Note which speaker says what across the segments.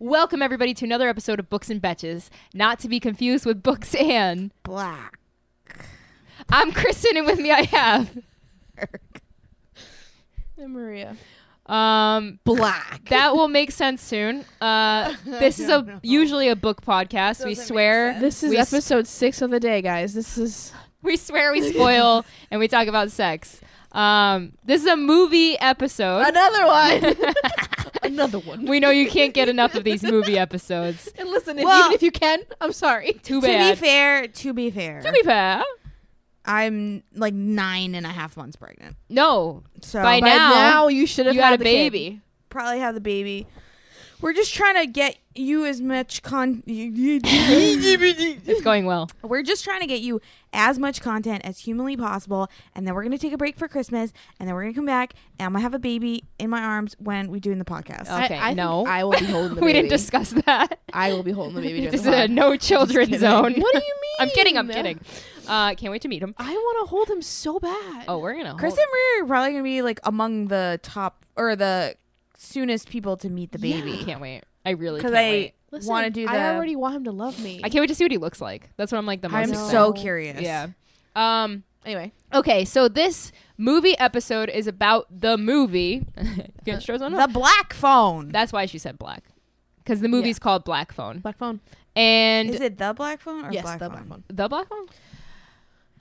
Speaker 1: Welcome, everybody, to another episode of Books and Betches, not to be confused with Books and.
Speaker 2: Black.
Speaker 1: I'm Kristen, and with me I have.
Speaker 3: And Maria.
Speaker 1: Um,
Speaker 2: Black.
Speaker 1: that will make sense soon. Uh, this is a
Speaker 2: don't know.
Speaker 1: usually a book podcast. we
Speaker 2: Doesn't make
Speaker 1: swear,
Speaker 2: sense.
Speaker 3: This is
Speaker 1: We s-
Speaker 3: episode six of the day, guys. This is
Speaker 1: we swear, we spoil, and we talk about sex. Um, this is a movie episode.
Speaker 2: Another one. Another one.
Speaker 1: We know you can't get enough of these movie episodes.
Speaker 3: and listen,
Speaker 2: if- Well- even
Speaker 3: even if you can, I'm sorry.
Speaker 1: Too
Speaker 2: to be
Speaker 1: bad.
Speaker 2: fair, to be fair,
Speaker 1: To be fair.
Speaker 2: I'm like nine and a half months pregnant.
Speaker 1: No,
Speaker 2: So
Speaker 1: By
Speaker 2: I
Speaker 3: By
Speaker 1: now,
Speaker 3: now, you should have
Speaker 1: you had a
Speaker 3: the kid.
Speaker 1: baby.
Speaker 2: probably have the baby. We're just trying to get you as much con. We're
Speaker 1: It's going well.
Speaker 2: just trying to get you as much content as humanly possible, and then we're gonna take a break for Christmas, and then we're gonna come back, and I'm gonna have a baby in my arms when we do in the podcast.
Speaker 3: I-
Speaker 1: Okay,
Speaker 3: I think
Speaker 1: no.
Speaker 3: I will be holding the
Speaker 1: we didn't
Speaker 3: baby.
Speaker 1: discuss that.
Speaker 3: I will be holding the baby. during
Speaker 1: This is
Speaker 3: the
Speaker 1: a
Speaker 3: pod.
Speaker 1: no children
Speaker 2: kidding.
Speaker 1: zone.
Speaker 3: What do you mean?
Speaker 1: I'm kidding. I'm kidding. Uh, can't wait to meet him.
Speaker 3: I want to hold him so bad.
Speaker 1: Oh, we're gonna.
Speaker 2: Chris
Speaker 1: hold-
Speaker 2: and Maria are probably gonna be like among the top or the soonest people to meet the
Speaker 3: Yeah.
Speaker 2: baby
Speaker 1: can't wait. I really
Speaker 2: because
Speaker 1: can't
Speaker 2: I
Speaker 1: wait.
Speaker 3: Listen,
Speaker 2: want to do
Speaker 3: I
Speaker 2: that.
Speaker 3: already want him to love me.
Speaker 1: I can't wait to see what he looks like. That's what I'm like the most.
Speaker 3: I'm
Speaker 2: I'm
Speaker 3: No.
Speaker 1: excited.
Speaker 2: so curious.
Speaker 1: yeah. Um.
Speaker 3: Anyway,
Speaker 1: Okay. So this movie episode is about the movie. Get shows on.
Speaker 2: the black phone.
Speaker 1: That's why she said black, because the movie's called Black Phone,
Speaker 3: black phone.
Speaker 1: and
Speaker 2: Is it the black phone or
Speaker 3: yes,
Speaker 2: black,
Speaker 3: the
Speaker 2: phone?
Speaker 3: black phone.
Speaker 1: the black phone.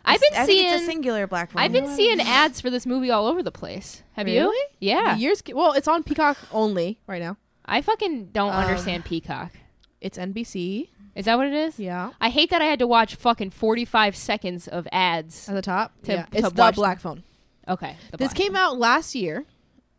Speaker 1: I've
Speaker 2: I
Speaker 1: been
Speaker 2: think it's a
Speaker 1: seeing.
Speaker 2: singular black phone.
Speaker 1: I've been seeing ads for this movie all over the place. Have you?
Speaker 3: Really?
Speaker 1: Yeah.
Speaker 3: The years. Well, it's on Peacock only right now.
Speaker 1: I fucking don't
Speaker 2: Um,
Speaker 1: understand Peacock.
Speaker 3: It's NBC.
Speaker 1: Is that what it is?
Speaker 3: Yeah.
Speaker 1: I hate that I had to watch fucking 45 seconds of ads.
Speaker 3: At the top.
Speaker 1: To-
Speaker 3: yeah.
Speaker 1: to
Speaker 3: It's the
Speaker 1: watch-
Speaker 3: black phone.
Speaker 1: Okay. the
Speaker 3: Uh, This
Speaker 1: black.
Speaker 3: came out last year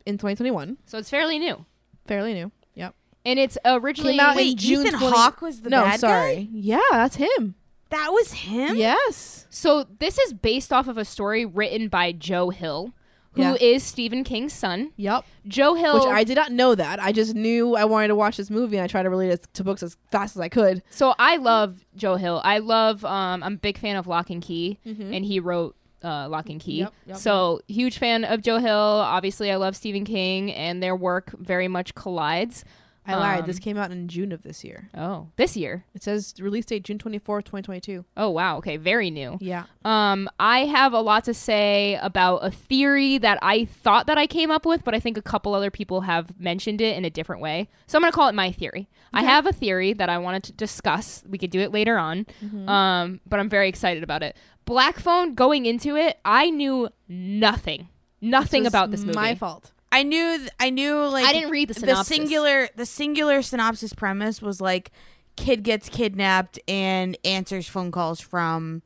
Speaker 3: in 2021.
Speaker 1: So it's fairly new.
Speaker 3: Fairly new. Yep.
Speaker 1: And it's originally
Speaker 3: Came out
Speaker 2: Wait,
Speaker 3: in June
Speaker 2: Ethan
Speaker 3: 20
Speaker 2: Hawke was the
Speaker 3: no,
Speaker 2: bad
Speaker 3: sorry.
Speaker 2: guy.
Speaker 3: Yeah, that's him.
Speaker 2: That was him.
Speaker 3: Yes.
Speaker 1: So this is based off of a story written by Joe Hill, who is
Speaker 3: Yeah.
Speaker 1: Stephen King's son.
Speaker 3: Yep.
Speaker 1: Joe Hill
Speaker 3: Which I did not know that. I just knew I wanted to watch this movie and I tried to relate it to books as fast as I could.
Speaker 1: So I love Joe Hill. I love. Um, I'm a big fan of Lock and Key, and he wrote uh, Lock and Key.
Speaker 3: Mm-hmm. Yep, yep,
Speaker 1: so huge fan of Joe Hill. Obviously, I love Stephen King, and their work very much collides.
Speaker 3: I lied. This
Speaker 1: Um,
Speaker 3: came out in June of this year.
Speaker 1: Oh, this year.
Speaker 3: It says release date June 24th, 2022.
Speaker 1: Oh wow. Okay, very new.
Speaker 3: Yeah.
Speaker 1: Um, I have a lot to say about a theory that I thought that I came up with, but I think a couple other people have mentioned it in a different way. So I'm gonna call it my theory. I have a theory that I wanted to discuss. We could do it later on. Um, but I'm very excited about it. Black Phone. Going into it, I knew nothing, nothing
Speaker 3: was
Speaker 1: about this movie.
Speaker 3: My fault.
Speaker 2: I knew. Th- I knew. Like
Speaker 1: I didn't read the
Speaker 2: the
Speaker 1: synopsis.
Speaker 2: singular. The singular synopsis premise was like, kid gets kidnapped and answers phone calls from,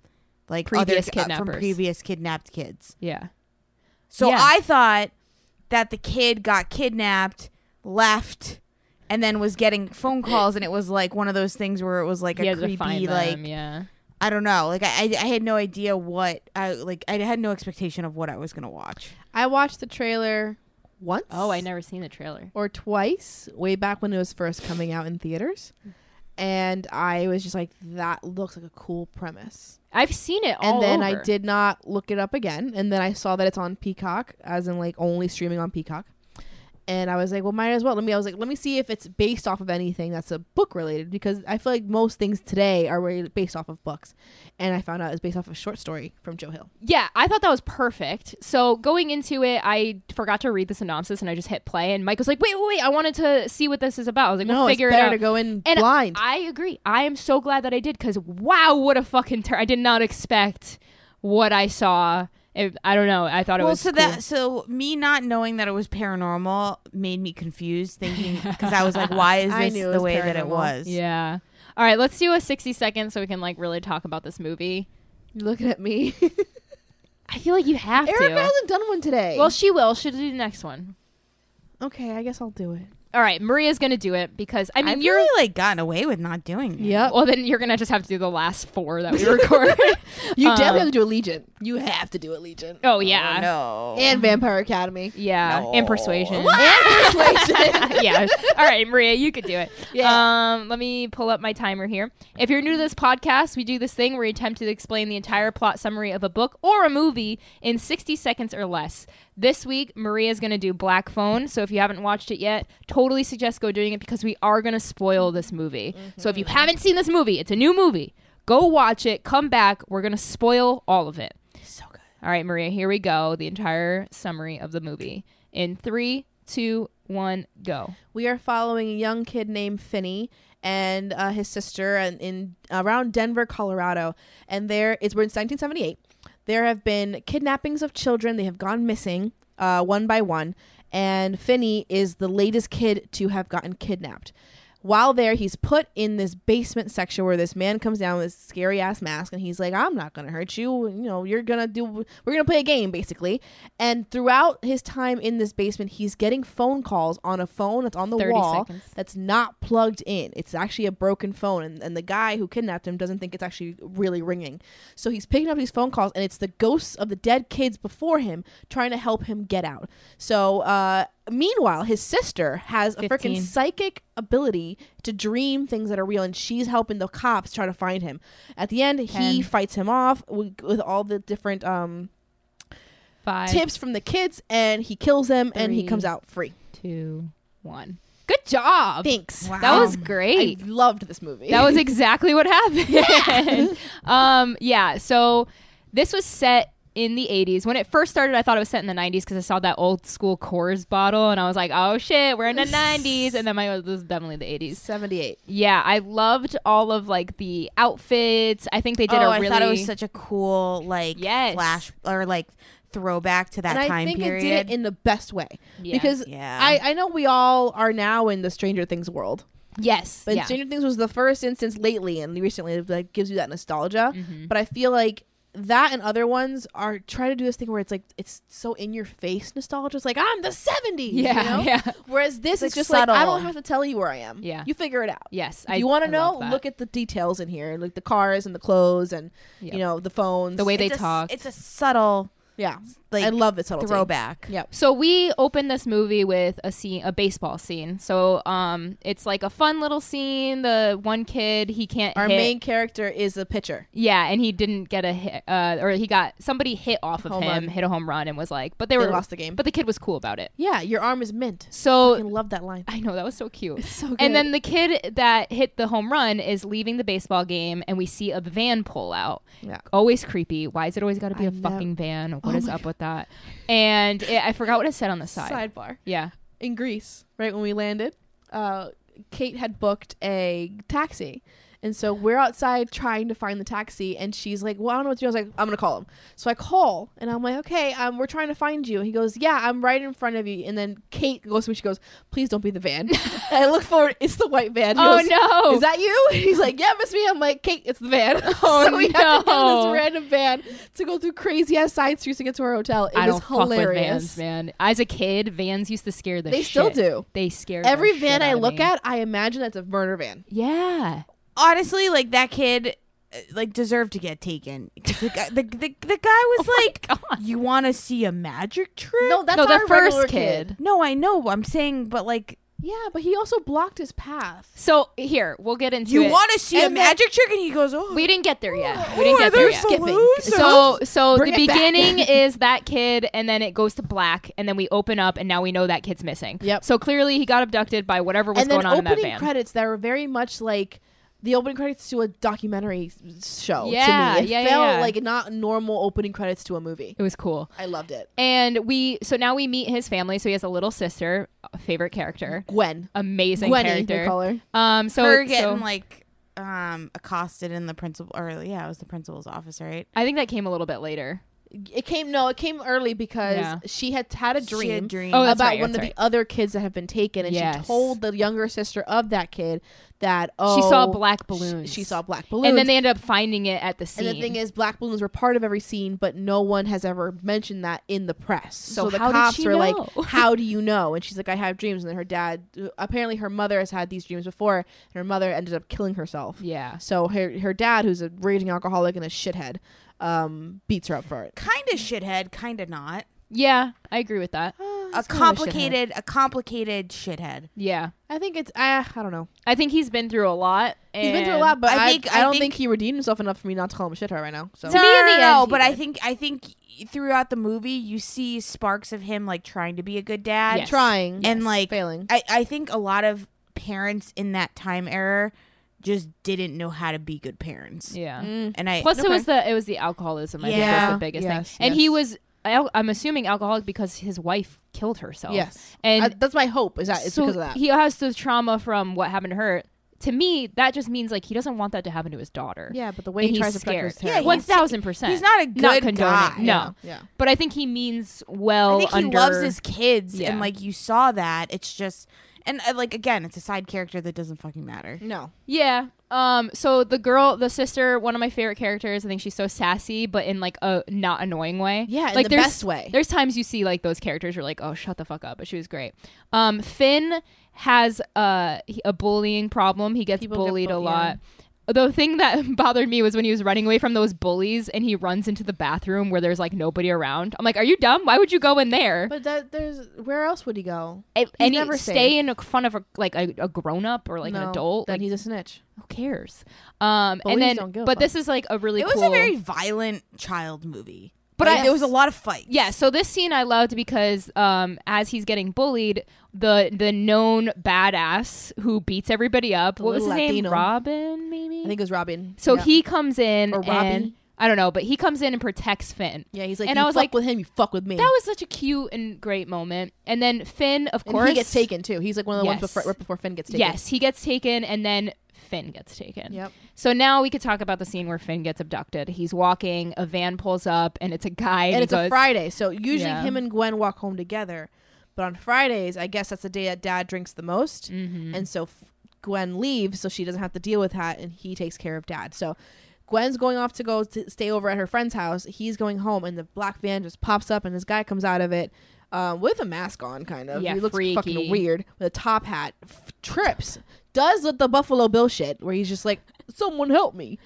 Speaker 2: like
Speaker 1: Previous
Speaker 2: other, uh, from
Speaker 1: kidnappers.
Speaker 2: previous kidnapped kids.
Speaker 1: Yeah.
Speaker 2: So
Speaker 1: Yeah.
Speaker 2: I thought that the kid got kidnapped, left, and then was getting phone calls, and it was like one of those things where it was like
Speaker 1: He
Speaker 2: a
Speaker 1: had to
Speaker 2: creepy,
Speaker 1: find
Speaker 2: like
Speaker 1: them. Yeah.
Speaker 2: I don't know, like I, I I had no idea what I like. I had no expectation of what I was gonna watch.
Speaker 3: I watched the trailer once.
Speaker 1: Oh, I never seen the trailer.
Speaker 3: Or twice, way back when it was first coming out in theaters. And I was just like, that looks like a cool premise.
Speaker 1: I've seen it all
Speaker 3: and then
Speaker 1: over.
Speaker 3: I did not look it up again. And then I saw that it's on Peacock, as in like only streaming on Peacock. And I was like, well, might as well. Let me. I was like, let me see if it's based off of anything that's a book related, because I feel like most things today are really based off of books. And I found out it's based off a short story from Joe Hill.
Speaker 1: Yeah, I thought that was perfect. So going into it, I forgot to read the synopsis and I just hit play. And Mike was like, "Wait, wait, wait! I wanted to see what this is about." I was like, "We'll figure
Speaker 3: it's better
Speaker 1: it out."
Speaker 3: to go in
Speaker 1: and
Speaker 3: blind.
Speaker 1: I agree. I am so glad that I did because wow, what a fucking turn! I did not expect what I saw. It, I don't know. I thought it
Speaker 2: well,
Speaker 1: was
Speaker 2: so
Speaker 1: cool.
Speaker 2: that so me not knowing that it was paranormal made me confused, thinking because I was like, why is
Speaker 3: I
Speaker 2: this
Speaker 3: knew it
Speaker 2: the
Speaker 3: was
Speaker 2: way that it
Speaker 3: paranormal.
Speaker 2: was?
Speaker 1: yeah. All right, let's do a sixty second so we can like really talk about this movie.
Speaker 3: You're looking at me.
Speaker 1: I feel like you have
Speaker 3: Erica
Speaker 1: to.
Speaker 3: hasn't done one today.
Speaker 1: Well, she will. She'll do the next one.
Speaker 3: okay, I guess I'll do it.
Speaker 1: All right, Maria's gonna do it because I mean
Speaker 2: I've
Speaker 1: you're
Speaker 2: really like gotten away with not doing it.
Speaker 3: Yep.
Speaker 1: Well, then you're gonna just have to do the last four that we recorded.
Speaker 3: you
Speaker 1: um,
Speaker 3: definitely have to do Allegiant. You have to do Allegiant.
Speaker 1: oh yeah,
Speaker 2: No.
Speaker 3: And Vampire Academy.
Speaker 1: yeah, and persuasion.
Speaker 3: And Persuasion.
Speaker 1: yeah. All right, Maria, you could do it.
Speaker 3: Yeah.
Speaker 1: Um, let me pull up my timer here. If you're new to this podcast, we do this thing where we attempt to explain the entire plot summary of a book or a movie in 60 seconds or less. This week, Maria's going to do Black Phone. So if you haven't watched it yet, totally suggest go doing it because we are going to spoil this movie. So if you haven't seen this movie, it's a new movie. Go watch it. Come back. We're going to spoil all of it.
Speaker 2: So good.
Speaker 1: All right, Maria, here we go. The entire summary of the movie in three, two, one, go.
Speaker 3: we are following a young kid named Finney and uh, his sister and in around Denver, Colorado. And there it's we're in 1978. There have been kidnappings of children. They have gone missing uh, one by one, and Finney is the latest kid to have gotten kidnapped. While there, he's put in this basement section where this man comes down with this scary ass mask, and he's like, "I'm not gonna hurt you. You know, you're gonna do. We're gonna play a game, basically." And throughout his time in this basement, he's getting phone calls on a phone that's on the
Speaker 1: 30
Speaker 3: wall
Speaker 1: seconds.
Speaker 3: that's not plugged in. It's actually a broken phone, and, and the guy who kidnapped him doesn't think it's actually really ringing. So he's picking up these phone calls, and it's the ghosts of the dead kids before him trying to help him get out. So, uh, meanwhile, his sister has a freaking
Speaker 1: 15.
Speaker 3: psychic ability to dream things that are real, and she's helping the cops try to find him. At the end, he
Speaker 1: Ten.
Speaker 3: fights him off with, with all the different um,
Speaker 1: Five,
Speaker 3: tips from the kids, and he kills them, and he
Speaker 1: Three.
Speaker 3: comes out free.
Speaker 1: two, one. Good job.
Speaker 3: Thanks.
Speaker 2: Wow.
Speaker 1: That was
Speaker 2: Um,
Speaker 1: great.
Speaker 3: I loved this movie.
Speaker 1: That was exactly what happened. Yeah. um, yeah. So this was set in the 80s. When it first started, I thought it was set in the 90s because I saw that old school Coors bottle and I was like, oh shit, we're in the 90s. And then my, this is definitely the 80s.
Speaker 3: 78.
Speaker 1: Yeah. I loved all of like the outfits. I think they did
Speaker 2: oh,
Speaker 1: a
Speaker 2: I
Speaker 1: really.
Speaker 2: thought it was such a cool like
Speaker 1: Yes.
Speaker 2: flash or like throwback to that
Speaker 3: and
Speaker 2: time
Speaker 3: I think
Speaker 2: period.
Speaker 3: it did it in the best way
Speaker 1: Yeah.
Speaker 3: because
Speaker 2: Yeah.
Speaker 3: I, I know we all are now in the Stranger Things world,
Speaker 1: yes.
Speaker 3: but
Speaker 1: yeah.
Speaker 3: Stranger Things was the first instance lately and recently that like, gives you that nostalgia.
Speaker 1: Mm-hmm.
Speaker 3: But I feel like that and other ones are trying to do this thing where it's like it's so in your face nostalgia. It's like I'm the '70s,
Speaker 1: Yeah,
Speaker 3: You know?
Speaker 1: yeah.
Speaker 3: Whereas this
Speaker 2: It's,
Speaker 3: is
Speaker 2: like,
Speaker 3: just like I
Speaker 2: subtle.
Speaker 3: don't have to tell you where I am.
Speaker 1: Yeah.
Speaker 3: you figure it out.
Speaker 1: Yes.
Speaker 3: If you want to know? Look at the details in here, like the cars and the clothes and
Speaker 1: Yep.
Speaker 3: you know the phones.
Speaker 1: The way they
Speaker 2: It's a s-
Speaker 1: talk.
Speaker 2: It's a subtle
Speaker 3: yeah,
Speaker 2: like
Speaker 3: I love the subtlety.
Speaker 2: throwback.
Speaker 3: Yep.
Speaker 1: So we open this movie with a scene, a baseball scene. So um, it's like a fun little scene. The one kid he can't
Speaker 3: Our
Speaker 1: hit.
Speaker 3: main character is a pitcher.
Speaker 1: yeah, and he didn't get a hit, uh, or he got somebody hit off of
Speaker 3: Home
Speaker 1: him,
Speaker 3: run.
Speaker 1: hit a home run, and was like, but they,
Speaker 3: They
Speaker 1: were
Speaker 3: lost the game.
Speaker 1: But the kid was cool about it.
Speaker 3: Yeah, your arm is mint. I
Speaker 1: So
Speaker 3: love that line.
Speaker 1: I know that was so cute.
Speaker 3: so good.
Speaker 1: And then the kid that hit the home run is leaving the baseball game, and we see a van pull out.
Speaker 3: Yeah.
Speaker 1: Always creepy. Why is it always got to be
Speaker 3: I
Speaker 1: a
Speaker 3: know. Oh
Speaker 1: fucking van? What is up with that? And it, I forgot what it said on the side.
Speaker 3: sidebar
Speaker 1: Yeah.
Speaker 3: in Greece, right when we landed, uh, Kate had booked a taxi. And so we're outside trying to find the taxi, and she's like, "Well, I don't know what to do." I was like, "I'm gonna call him." So I call, and I'm like, "Okay, um, we're trying to find you." And he goes, "Yeah, I'm right in front of you." And then Kate goes, "She goes, please don't be the van." and I look forward, it's the white van. He
Speaker 1: Oh,
Speaker 3: goes,
Speaker 1: no.
Speaker 3: Is that you? And he's like, "Yeah, it's me." I'm like, "Kate, it's the van."
Speaker 1: Oh,
Speaker 3: so we have to get in
Speaker 1: no.
Speaker 3: this random van to go through crazy ass side streets to get to our hotel. It
Speaker 1: I don't
Speaker 3: was
Speaker 1: fuck with
Speaker 3: hilarious.
Speaker 1: vans, man. As a kid, vans used to scare the
Speaker 3: They
Speaker 1: shit.
Speaker 3: still do.
Speaker 1: They scared
Speaker 3: Every
Speaker 1: the
Speaker 3: van
Speaker 1: shit
Speaker 3: I
Speaker 1: out of
Speaker 3: look
Speaker 1: me.
Speaker 3: at, I imagine that's a murder van.
Speaker 1: Yeah.
Speaker 2: Honestly, like that kid uh, like deserved to get taken. 'Cause The guy, the, the, the guy was like, "You want to see a magic trick?"
Speaker 3: No, that's
Speaker 1: Oh no, the
Speaker 3: our regular
Speaker 1: first
Speaker 3: kid.
Speaker 1: kid.
Speaker 2: No, I know. I'm saying, but like,
Speaker 3: Yeah, but he also blocked his path.
Speaker 1: So here, we'll get into
Speaker 2: you
Speaker 1: it.
Speaker 2: want to see a
Speaker 3: And then-
Speaker 2: magic trick, and he goes, "Oh,
Speaker 1: we didn't get there yet. We
Speaker 2: oh,
Speaker 1: didn't
Speaker 2: are
Speaker 1: get there
Speaker 2: there
Speaker 1: yet.
Speaker 2: balloons?
Speaker 1: So so
Speaker 3: Bring
Speaker 1: the
Speaker 3: it back.
Speaker 1: beginning is that kid and then it goes to black and then we open up and now we know that kid's missing.
Speaker 3: Yep.
Speaker 1: So clearly he got abducted by whatever was
Speaker 3: and then
Speaker 1: going on in that
Speaker 3: opening
Speaker 1: van.
Speaker 3: credits that were very much like the opening credits to a documentary s- show.
Speaker 1: Yeah,
Speaker 3: to me. It
Speaker 1: yeah,
Speaker 3: felt
Speaker 1: yeah.
Speaker 3: like not normal opening credits to a movie.
Speaker 1: it was cool.
Speaker 3: I loved it.
Speaker 1: And we so now we meet his family. So he has a little sister, favorite character.
Speaker 3: Gwen.
Speaker 1: Amazing
Speaker 3: Gwenny, they
Speaker 1: character.
Speaker 3: call her.
Speaker 1: Um so
Speaker 2: her getting
Speaker 1: so-
Speaker 2: like um accosted in the principal or yeah, it was the principal's office, right?
Speaker 1: I think that came a little bit later.
Speaker 3: It came no, it came early because
Speaker 1: Yeah.
Speaker 3: she had had a
Speaker 2: She
Speaker 3: dream.
Speaker 2: had dreams.
Speaker 1: Oh, that's
Speaker 3: about
Speaker 1: right,
Speaker 3: one of
Speaker 1: that's right.
Speaker 3: the other kids that have been taken, and she
Speaker 1: Yes.
Speaker 3: told the younger sister of that kid that oh,
Speaker 1: she saw black
Speaker 3: sh-
Speaker 1: balloons.
Speaker 3: She, saw black balloons,
Speaker 1: and then they ended up finding it at the scene.
Speaker 3: And the thing is, black balloons were part of every scene, but no one has ever mentioned that in the press. So,
Speaker 1: So
Speaker 3: the
Speaker 1: how did
Speaker 3: cops
Speaker 1: she
Speaker 3: were like,
Speaker 1: know?
Speaker 3: "How do you know?" And she's like, "I have dreams." And then her dad, apparently, her mother has had these dreams before, and her mother ended up killing herself.
Speaker 1: yeah,
Speaker 3: So her her dad, who's a raging alcoholic and a shithead, um, beats her up for it.
Speaker 2: Kind of shithead, kind of not.
Speaker 1: yeah, I agree with that.
Speaker 3: Uh,
Speaker 2: a complicated, a complicated shithead.
Speaker 1: Yeah.
Speaker 3: I think it's I. I don't know.
Speaker 1: I think he's been through a lot. And
Speaker 3: He's been through a lot, but
Speaker 2: I
Speaker 3: I,
Speaker 2: think-
Speaker 3: I,
Speaker 2: I
Speaker 3: don't
Speaker 2: think-
Speaker 3: think, he redeemed himself enough for me not to call him a shithead right now. So
Speaker 1: To me, in the end, he
Speaker 2: but I
Speaker 1: did.
Speaker 2: think I think throughout the movie you see sparks of him like trying to be a good dad.
Speaker 1: Yes.
Speaker 3: trying
Speaker 2: And, like,
Speaker 3: failing.
Speaker 2: I, I think a lot of parents in that time era just didn't know how to be good parents.
Speaker 1: Yeah.
Speaker 3: Mm.
Speaker 2: And I
Speaker 1: Plus,
Speaker 3: Okay.
Speaker 1: it was the it was the alcoholism. I think
Speaker 2: Yeah.
Speaker 1: was the biggest
Speaker 3: Yes,
Speaker 1: thing. And he
Speaker 3: yes.
Speaker 1: was, al- I'm assuming, alcoholic because his wife killed herself.
Speaker 3: Yes,
Speaker 1: And
Speaker 3: I- that's my hope. Is that it's
Speaker 1: so
Speaker 3: because of that?
Speaker 1: he has the trauma from what happened to her. To me, that just means like he doesn't want that to happen to his daughter.
Speaker 3: yeah, but the
Speaker 1: and
Speaker 3: way he
Speaker 1: he's
Speaker 3: tries to
Speaker 1: scared.
Speaker 3: protect
Speaker 2: Yeah,
Speaker 3: her.
Speaker 2: terrible.
Speaker 1: one
Speaker 2: he's-
Speaker 1: thousand percent.
Speaker 2: he's not a
Speaker 1: Not
Speaker 2: good guy.
Speaker 1: condoning. No.
Speaker 3: yeah. yeah.
Speaker 1: But I think he means well.
Speaker 2: I think
Speaker 1: under,
Speaker 2: he loves his kids
Speaker 1: Yeah.
Speaker 2: and like you saw that. It's just and uh, like again, it's a side character that doesn't fucking matter.
Speaker 3: No,
Speaker 1: Yeah. Um. So the girl, the sister, one of my favorite characters. I think she's so sassy, but in like a not annoying way.
Speaker 3: yeah, in
Speaker 1: Like
Speaker 3: the
Speaker 1: there's
Speaker 3: best way.
Speaker 1: there's times you see like those characters are like, oh, shut the fuck up. But she was great. Um. Finn has uh, he- a bullying problem. He gets
Speaker 3: People get
Speaker 1: bullied a
Speaker 3: bull-
Speaker 1: lot. The thing that bothered me was when he was running away from those bullies and he runs into the bathroom where there's like nobody around. I'm like, are you dumb? Why would you go in there?
Speaker 3: But that there's where else would he go?
Speaker 1: A- and
Speaker 3: never
Speaker 1: stay
Speaker 3: safe.
Speaker 1: in front of a, like a, a grown up or like an
Speaker 3: No,
Speaker 1: adult.
Speaker 3: Then
Speaker 1: Like,
Speaker 3: he's a snitch.
Speaker 1: who cares? Um,
Speaker 3: Bullies
Speaker 1: and then,
Speaker 3: don't give a
Speaker 1: but
Speaker 3: fuck.
Speaker 1: this is like a really
Speaker 2: it was
Speaker 1: cool-
Speaker 2: a very violent child movie.
Speaker 1: But
Speaker 2: But
Speaker 1: I-
Speaker 2: there was a lot of fights.
Speaker 1: yeah. So this scene I loved because um, as he's getting bullied, the the known badass who beats everybody up.
Speaker 3: The
Speaker 1: What was his
Speaker 3: little
Speaker 1: name?
Speaker 3: Latino.
Speaker 1: Robin, maybe.
Speaker 3: I think it was Robin.
Speaker 1: so.
Speaker 3: yeah.
Speaker 1: He comes in
Speaker 3: Or Robbie.
Speaker 1: and I don't know, but he comes in and protects Finn.
Speaker 3: Yeah, he's like,
Speaker 1: and
Speaker 3: you
Speaker 1: I was
Speaker 3: fuck
Speaker 1: like,
Speaker 3: with him, you fuck with me.
Speaker 1: that was such a cute and great moment. And then Finn, of
Speaker 3: and
Speaker 1: course,
Speaker 3: he gets taken too. He's like one of the ones
Speaker 1: Yes.
Speaker 3: before, right before Finn gets taken.
Speaker 1: Yes, he gets taken, and then Finn gets taken.
Speaker 3: Yep.
Speaker 1: So now we could talk about the scene where Finn gets abducted. He's walking, a van pulls up, and it's a guy, and,
Speaker 3: And
Speaker 1: he
Speaker 3: it's
Speaker 1: goes-
Speaker 3: a Friday, so usually
Speaker 1: Yeah.
Speaker 3: him and Gwen walk home together. But on Fridays, I guess that's the day that Dad drinks the most,
Speaker 1: Mm-hmm.
Speaker 3: and so f- Gwen leaves, so she doesn't have to deal with that, and he takes care of Dad. So Gwen's going off to go to stay over at her friend's house. He's going home, and the black van just pops up, and this guy comes out of it. Um, with a mask on, kind of.
Speaker 1: Yeah,
Speaker 3: he looks
Speaker 1: freaky.
Speaker 3: fucking weird. With a top hat, f- trips, does the Buffalo Bill shit, where he's just like, "Someone help me,"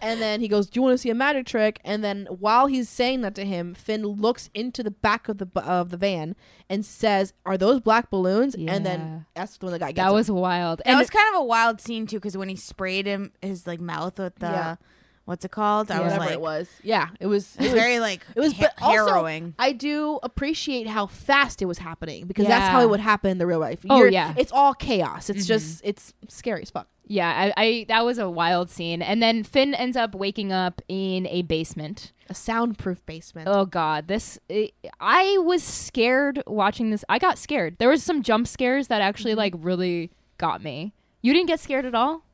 Speaker 3: and then he goes, "Do you want to see a magic trick?" And then while he's saying that to him, Finn looks into the back of the bu- of the van and says, "Are those black balloons?" And
Speaker 1: Yeah.
Speaker 3: then that's when the guy gets
Speaker 1: That
Speaker 3: him.
Speaker 1: was wild.
Speaker 2: That
Speaker 1: And
Speaker 2: was kind of a wild scene too, because when he sprayed him his like mouth with the
Speaker 3: Yeah.
Speaker 2: what's it called? I was
Speaker 3: whatever
Speaker 2: like,
Speaker 3: it was. Yeah, it was.
Speaker 2: it was very like
Speaker 3: It was
Speaker 2: ha-
Speaker 3: but also,
Speaker 2: harrowing.
Speaker 3: I do appreciate how fast it was happening because that's how
Speaker 1: Yeah.
Speaker 3: it would happen in the real life.
Speaker 1: Oh, yeah. Mm-hmm.
Speaker 3: it's all chaos. It's just it's scary as fuck.
Speaker 1: yeah, I, I that was a wild scene. And then Finn ends up waking up in a basement.
Speaker 3: A soundproof basement.
Speaker 1: Oh god, this I- I was scared watching this. I got scared. There was some jump scares that
Speaker 2: Mm-hmm.
Speaker 1: actually like really got me. You didn't get scared at all?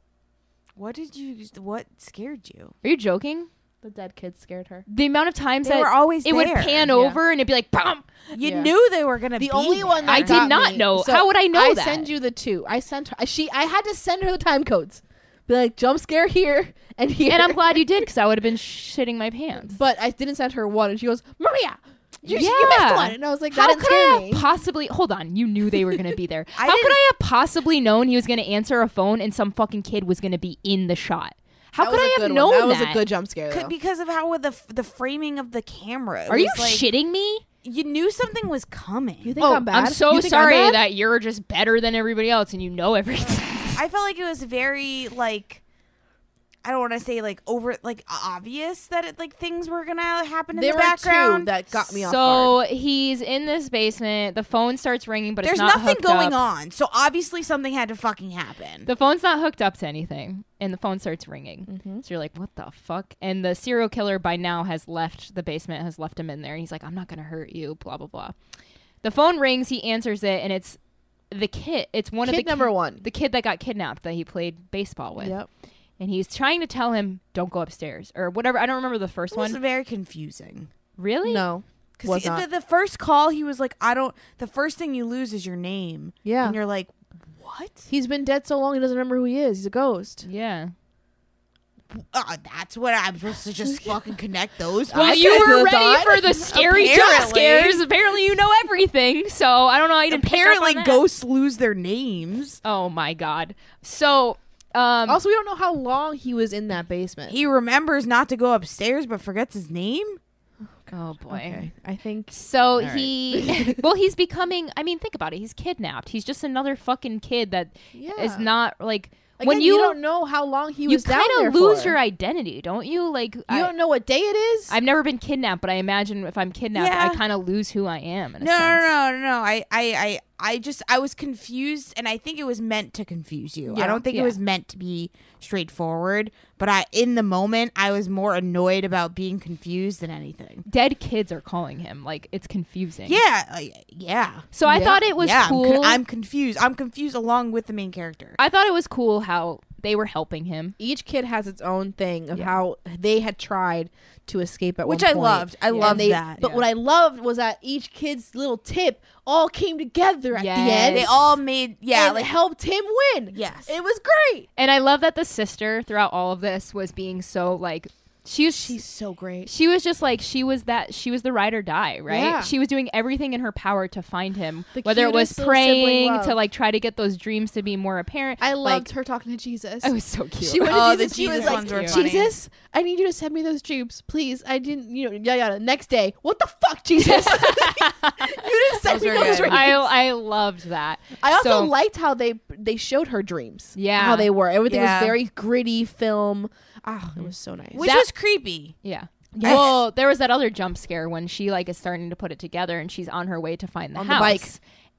Speaker 2: what did you? What scared you?
Speaker 1: Are you joking?
Speaker 3: The dead kid scared her.
Speaker 1: The amount of times
Speaker 2: They
Speaker 1: that
Speaker 2: were always
Speaker 1: it would
Speaker 2: there.
Speaker 1: pan
Speaker 3: Yeah.
Speaker 1: over and it'd be like, "Bam!"
Speaker 2: You
Speaker 3: Yeah.
Speaker 2: knew they were gonna.
Speaker 3: The
Speaker 2: be
Speaker 3: only
Speaker 2: there.
Speaker 3: one that
Speaker 1: I did
Speaker 3: got
Speaker 1: not
Speaker 3: me-
Speaker 1: know. How would I know
Speaker 3: I
Speaker 1: that?
Speaker 3: send you the two. I sent her. I- She. I had to send her the time codes. Be like jump scare here and here.
Speaker 1: And I'm glad you did because I would have been shitting my pants.
Speaker 3: But I didn't send her one, and she goes, Maria, you, you
Speaker 1: Yeah.
Speaker 3: missed one, and I was like, that
Speaker 1: How
Speaker 3: didn't
Speaker 1: could I
Speaker 3: scare
Speaker 1: have
Speaker 3: me.
Speaker 1: possibly? Hold on, you knew they were going to be there.
Speaker 2: I
Speaker 1: How could
Speaker 2: didn't-
Speaker 1: I have possibly known he was going to answer a phone and some fucking kid was going to be in the shot? How
Speaker 3: That
Speaker 1: could
Speaker 3: was a
Speaker 1: I have
Speaker 3: good one.
Speaker 1: known
Speaker 3: That was a good jump scare.
Speaker 2: Could,
Speaker 3: though.
Speaker 2: because of how the f- the framing of the camera. It
Speaker 1: Are you
Speaker 2: was like,
Speaker 1: shitting me? Oh,
Speaker 2: You knew something was coming.
Speaker 3: You think I'm bad?
Speaker 1: so
Speaker 3: You think I'm
Speaker 1: sorry
Speaker 3: bad?
Speaker 1: that you're just better than everybody else and you know everything.
Speaker 2: I felt like it was very like I don't want to say like over like obvious that it, like things were gonna happen in
Speaker 3: there
Speaker 2: the
Speaker 3: were
Speaker 2: background.
Speaker 3: two that got me
Speaker 1: so
Speaker 3: off guard.
Speaker 1: he's in this basement. The phone starts ringing, but
Speaker 2: There's
Speaker 1: it's not
Speaker 2: nothing
Speaker 1: hooked
Speaker 2: going
Speaker 1: up.
Speaker 2: on, so obviously something had to fucking happen.
Speaker 1: The phone's not hooked up to anything, and the phone starts ringing.
Speaker 3: Mm-hmm.
Speaker 1: So you're like, "What the fuck?" And the serial killer by now has left the basement, has left him in there, and he's like, "I'm not gonna hurt you." Blah blah blah. The phone rings. He answers it, and it's the kid. It's one of the
Speaker 3: Kid number one.
Speaker 1: the kid that got kidnapped that he played baseball with,
Speaker 3: Yep.
Speaker 1: and he's trying to tell him, "Don't go upstairs" or whatever. I don't remember the first
Speaker 2: it was
Speaker 1: one.
Speaker 2: very confusing.
Speaker 1: Really?
Speaker 3: No.
Speaker 2: Because
Speaker 3: Was
Speaker 2: the,
Speaker 3: not.
Speaker 2: the first call, he was like, "I don't." The first thing you lose is your name,
Speaker 3: Yeah.
Speaker 2: and you're like, "What?
Speaker 3: He's been dead so long he doesn't remember who he is. He's a ghost.
Speaker 1: Yeah.
Speaker 2: Uh, that's what I'm supposed to just fucking connect those."
Speaker 1: Well,
Speaker 3: I
Speaker 1: you
Speaker 3: could've
Speaker 1: were ready
Speaker 3: thought.
Speaker 1: for the scary jump
Speaker 2: Apparently.
Speaker 1: scares. Apparently, you know everything. So I don't know. I didn't pick up
Speaker 2: Apparently,
Speaker 1: on that.
Speaker 2: ghosts lose their names.
Speaker 1: Oh my god. So um
Speaker 3: Also, we don't know how long he was in that basement.
Speaker 2: He remembers not to go upstairs, but forgets his name.
Speaker 1: Oh boy.
Speaker 3: Okay. I think
Speaker 1: So
Speaker 3: right.
Speaker 1: he, well, he's becoming. I mean, think about it. He's kidnapped. He's just another fucking kid that
Speaker 3: yeah.
Speaker 1: is not like
Speaker 3: when
Speaker 1: when
Speaker 3: you,
Speaker 1: you
Speaker 3: don't know how long he
Speaker 1: you
Speaker 3: was down
Speaker 1: kind
Speaker 3: there
Speaker 1: of lose
Speaker 3: for.
Speaker 1: your identity, don't you? Like
Speaker 3: You
Speaker 1: I,
Speaker 3: don't know what day it is.
Speaker 1: I've never been kidnapped, but I imagine if I'm kidnapped,
Speaker 2: Yeah.
Speaker 1: I kind of lose who I am. In a
Speaker 2: No, no,
Speaker 1: sense.
Speaker 2: no, no, no. I, I, I, I just, I was confused, and I think it was meant to confuse you.
Speaker 1: Yeah,
Speaker 2: I don't think
Speaker 1: yeah.
Speaker 2: it was meant to be straightforward. But I, in the moment, I was more annoyed about being confused than anything.
Speaker 1: Dead kids are calling him. Like it's confusing.
Speaker 2: Yeah, like, yeah.
Speaker 1: So I
Speaker 3: Yeah.
Speaker 1: thought it was
Speaker 2: yeah,
Speaker 1: cool.
Speaker 2: I'm, con- I'm confused. I'm confused along with the main character.
Speaker 1: I thought it was cool how they were helping him.
Speaker 3: Each kid has its own thing of
Speaker 1: Yeah.
Speaker 3: how they had tried to escape at
Speaker 2: which
Speaker 3: one
Speaker 2: I
Speaker 3: point.
Speaker 2: loved. I
Speaker 1: Yeah.
Speaker 2: loved
Speaker 3: And they-
Speaker 2: that.
Speaker 3: But
Speaker 1: yeah.
Speaker 3: what I loved was that each kid's little tip all came together at the
Speaker 1: Yes.
Speaker 3: end.
Speaker 2: they all made yeah,
Speaker 3: and
Speaker 2: like
Speaker 3: helped him win.
Speaker 2: Yes.
Speaker 3: it was great.
Speaker 1: And I love that the sister throughout all of this was being so like she was
Speaker 3: so great.
Speaker 1: she was just like she was that she was the ride or die right
Speaker 3: Yeah.
Speaker 1: she was doing everything in her power to find him
Speaker 3: The
Speaker 1: whether it was
Speaker 3: cutest little sibling
Speaker 1: praying
Speaker 3: love.
Speaker 1: to like try to get those dreams to be more apparent
Speaker 3: I loved
Speaker 1: like,
Speaker 3: her talking to Jesus.
Speaker 1: it was so cute
Speaker 3: She went
Speaker 2: Oh,
Speaker 3: to
Speaker 2: the
Speaker 3: Jesus. She was
Speaker 2: Jesus
Speaker 3: like,
Speaker 2: ones were funny.
Speaker 3: Jesus, I need you to send me those dreams, please. I didn't, you know, yada yada. Next day, what the fuck, Jesus? you didn't send
Speaker 2: Those
Speaker 3: me
Speaker 2: were
Speaker 3: those
Speaker 2: good.
Speaker 3: dreams.
Speaker 1: I,
Speaker 3: I,
Speaker 1: I loved that
Speaker 3: also
Speaker 1: So-
Speaker 3: liked how they they showed her dreams.
Speaker 1: Yeah.
Speaker 3: how they were. Everything
Speaker 2: Yeah.
Speaker 3: was very gritty film. Ah, it was so nice.
Speaker 2: which
Speaker 1: that-
Speaker 2: was creepy.
Speaker 1: yeah
Speaker 3: Yes.
Speaker 1: well there was that other jump scare when she like is starting to put it together and she's on her way to find the
Speaker 3: On the
Speaker 1: house
Speaker 3: bike.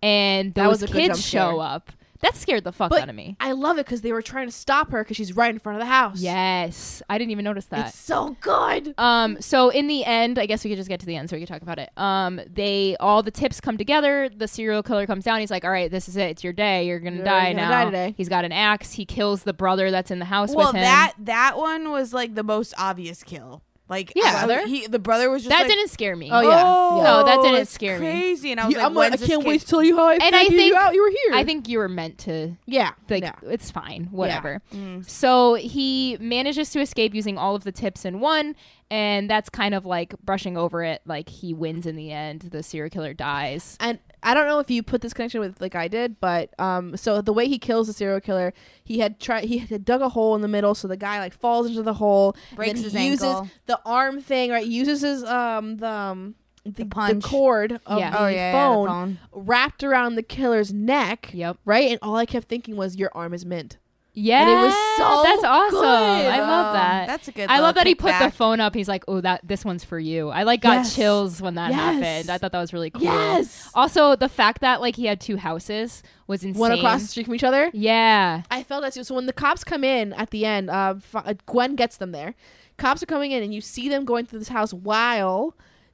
Speaker 1: and
Speaker 3: That
Speaker 1: those
Speaker 3: was a good
Speaker 1: kids
Speaker 3: jump scare.
Speaker 1: show up that scared the fuck
Speaker 3: But
Speaker 1: out of me
Speaker 3: I love it because they were trying to stop her because she's right in front of the house.
Speaker 1: yes i didn't even notice that
Speaker 3: it's so good.
Speaker 1: Um, so in the end, I guess we could just get to the end so we could talk about it. Um, they all the tips come together. The serial killer comes down. He's like, "All right, this is it. It's your day. You're gonna
Speaker 3: You're
Speaker 1: die now."
Speaker 3: gonna die today.
Speaker 1: He's got an axe. He kills the brother that's in the house
Speaker 2: Well,
Speaker 1: with him.
Speaker 2: that that one was like the most obvious kill. Like
Speaker 1: Yeah.
Speaker 2: I-
Speaker 1: Brother?
Speaker 2: he, the brother was just
Speaker 1: that
Speaker 2: like,
Speaker 1: didn't scare me.
Speaker 3: Oh, yeah.
Speaker 1: No, that didn't
Speaker 2: it's
Speaker 1: scare me.
Speaker 2: Crazy, and I was
Speaker 3: Yeah,
Speaker 2: like,
Speaker 3: I'm like, I
Speaker 2: when's this
Speaker 3: can't
Speaker 2: kid-
Speaker 3: wait to tell you how I
Speaker 1: I
Speaker 3: figured you
Speaker 1: think-
Speaker 3: out. You were here.
Speaker 1: I think you were meant to.
Speaker 3: yeah,
Speaker 1: Like,
Speaker 3: yeah.
Speaker 1: it's fine. Whatever.
Speaker 2: Mm.
Speaker 1: So he manages to escape using all of the tips in one, and that's kind of like brushing over it. Like he wins in the end. The serial killer dies.
Speaker 3: and I don't know if you put this connection with like I did, but um, so the way he kills the serial killer, he had tried he had dug a hole in the middle, so the guy like falls into the hole, and
Speaker 2: Breaks
Speaker 3: then
Speaker 2: his
Speaker 3: he uses
Speaker 2: ankle.
Speaker 3: the arm thing, right? He uses his um the um, the,
Speaker 2: punch.
Speaker 3: cord of
Speaker 1: Yeah.
Speaker 3: the,
Speaker 2: Oh yeah, yeah, the
Speaker 3: phone wrapped around the killer's neck,
Speaker 1: Yep.
Speaker 3: right? And all I kept thinking was, "Your arm is mint."
Speaker 1: Yeah.
Speaker 3: it was so
Speaker 1: That's awesome.
Speaker 3: good. Oh,
Speaker 1: I love
Speaker 2: Um,
Speaker 1: that.
Speaker 2: That's a good.
Speaker 1: I love
Speaker 2: little
Speaker 1: that he put the
Speaker 2: kickback.
Speaker 1: phone up. He's like, "Oh, that this one's for you." I like got
Speaker 3: Yes.
Speaker 1: chills when that
Speaker 3: Yes.
Speaker 1: happened. I thought that was really cool.
Speaker 3: Yes,
Speaker 1: Also, the fact that like he had two houses was insane.
Speaker 3: one across the street from each other.
Speaker 1: Yeah.
Speaker 3: I felt that too. So when the cops come in at the end, uh, F- uh, Gwen gets them there. Cops are coming in, and you see them going through this house while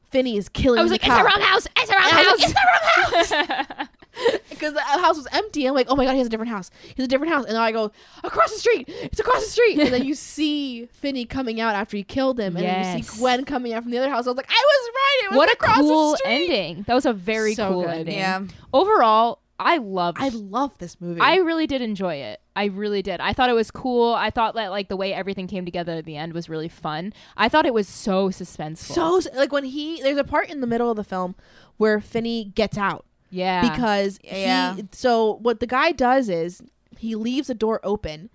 Speaker 3: Finney is killing.
Speaker 1: I was
Speaker 3: the
Speaker 1: like, "It's
Speaker 3: cop.
Speaker 1: the wrong house. It's the wrong
Speaker 3: And I
Speaker 1: house.
Speaker 3: was
Speaker 1: It's the wrong house."
Speaker 3: because the uh, house was empty. I'm like, oh my god, he has a different house. He has a different house. And then I go across the street. It's across the street. and then you see Finney coming out after he killed him, and then you
Speaker 1: Yes.
Speaker 3: see Gwen coming out from the other house. I was like, I was right. It was
Speaker 1: what a
Speaker 3: across
Speaker 1: cool
Speaker 3: the street.
Speaker 1: ending. That was a very
Speaker 3: So
Speaker 1: cool
Speaker 3: good.
Speaker 1: ending.
Speaker 2: Yeah,
Speaker 1: Overall, I loved
Speaker 3: I love this movie.
Speaker 1: I really did enjoy it. I really did. I thought it was cool. I thought that like the way everything came together at the end was really fun. I thought it was so suspenseful.
Speaker 3: so like when he there's a part in the middle of the film where Finney gets out.
Speaker 1: yeah.
Speaker 3: because
Speaker 2: Yeah.
Speaker 3: he, so what the guy does is he leaves a door open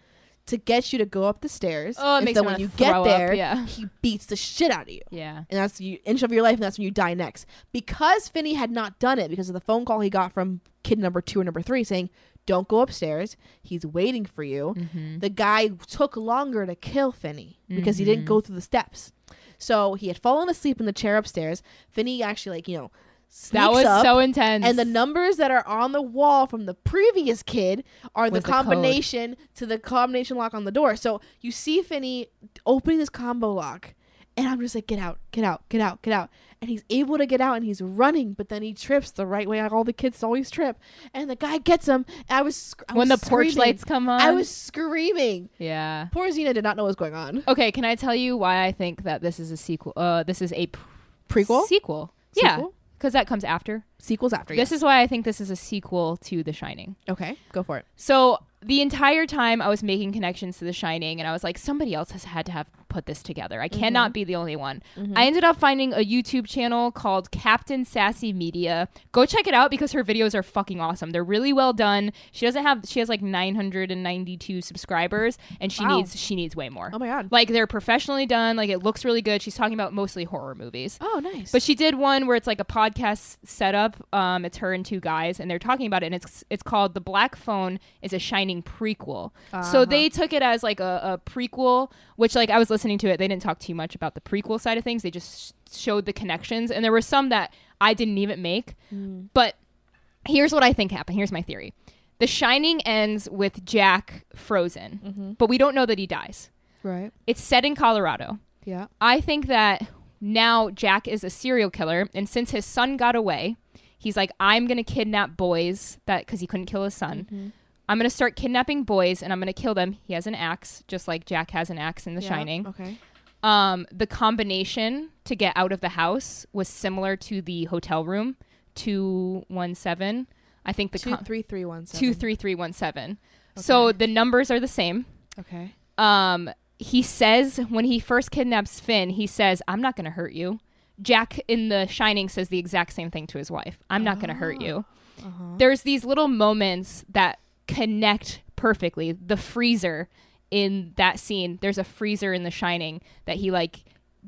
Speaker 3: to get you to go up the stairs.
Speaker 1: Oh, it
Speaker 3: and
Speaker 1: makes
Speaker 3: so
Speaker 1: me
Speaker 3: when
Speaker 1: wanna
Speaker 3: you
Speaker 1: throw
Speaker 3: get
Speaker 1: up,
Speaker 3: there,
Speaker 1: yeah.
Speaker 3: he beats the shit out of you.
Speaker 1: yeah.
Speaker 3: And that's you inch of your life, and that's when you die next. Because Finney had not done it because of the phone call he got from kid number two and number three saying, "Don't go upstairs. He's waiting for you."
Speaker 1: Mm-hmm.
Speaker 3: The guy took longer to kill Finney because he didn't
Speaker 1: Mm-hmm.
Speaker 3: go through the steps. So he had fallen asleep in the chair upstairs. Finney actually, like you know, sneaks
Speaker 1: That was
Speaker 3: up,
Speaker 1: so intense.
Speaker 3: and the numbers that are on the wall from the previous kid are the
Speaker 1: Was the code.
Speaker 3: combination to the combination lock on the door. So you see Finney opening this combo lock, and I'm just like, get out, get out, get out, get out. And he's able to get out, and he's running, but then he trips the right way. All the kids always trip, and the guy gets him. And I was sc- I
Speaker 1: when the
Speaker 3: was
Speaker 1: porch
Speaker 3: screaming.
Speaker 1: lights come on.
Speaker 3: I was screaming.
Speaker 1: yeah.
Speaker 3: Poor Xena did not know what was going on.
Speaker 1: Okay, can I tell you why I think that this is a sequel? Uh, this is a pr-
Speaker 3: Prequel,
Speaker 1: Sequel. Yeah,
Speaker 3: Sequel?
Speaker 1: because that comes after.
Speaker 3: sequels after.
Speaker 1: This is why I think this is a sequel to The Shining.
Speaker 3: yes. okay. Go for it.
Speaker 1: So the entire time I was making connections to The Shining, and I was like, somebody else has had to have put put this together. I cannot be the only one. I ended up finding a YouTube channel called Captain Sassy Media. Go check it out because her videos are fucking awesome. They're really well done. She doesn't have she has like 992 subscribers and she
Speaker 3: Wow.
Speaker 1: needs she needs way more.
Speaker 3: Oh my god.
Speaker 1: Like they're professionally done, like it looks really good. She's talking about mostly horror movies.
Speaker 3: Oh, nice.
Speaker 1: But she did one where it's like a podcast setup. Um, it's her and two guys, and they're talking about it, and it's it's called "The Black Phone is a Shining Prequel." So they took it as like a, a prequel, which like I was listening to it, they didn't talk too much about the prequel side of things. They just sh- showed the connections, and there were some that I didn't even make. But here's what I think happened. Here's my theory: The Shining ends with Jack frozen, but we don't know that he dies.
Speaker 3: right.
Speaker 1: It's set in Colorado.
Speaker 3: Yeah.
Speaker 1: I think that now Jack is a serial killer, and since his son got away, he's like, I'm gonna kidnap boys that because he couldn't kill his son.
Speaker 3: Mm-hmm.
Speaker 1: I'm gonna start kidnapping boys, and I'm gonna kill them. He has an axe, just like Jack has an axe in The
Speaker 3: Yeah, Oh.
Speaker 1: Shining.
Speaker 3: Okay.
Speaker 1: Um, the combination to get out of the house was similar to the hotel room, two one seven. I think the
Speaker 3: Two
Speaker 1: com-
Speaker 3: three three one seven.
Speaker 1: two three three one seven. So the numbers are the same
Speaker 3: Okay.
Speaker 1: um he says when he first kidnaps Finn, he says, "I'm not going to hurt you." Jack in The Shining says the exact same thing to his wife. "I'm not going to hurt you."
Speaker 3: Uh-huh.
Speaker 1: There's these little moments that connect perfectly. The freezer in that scene, there's a freezer in The Shining that he like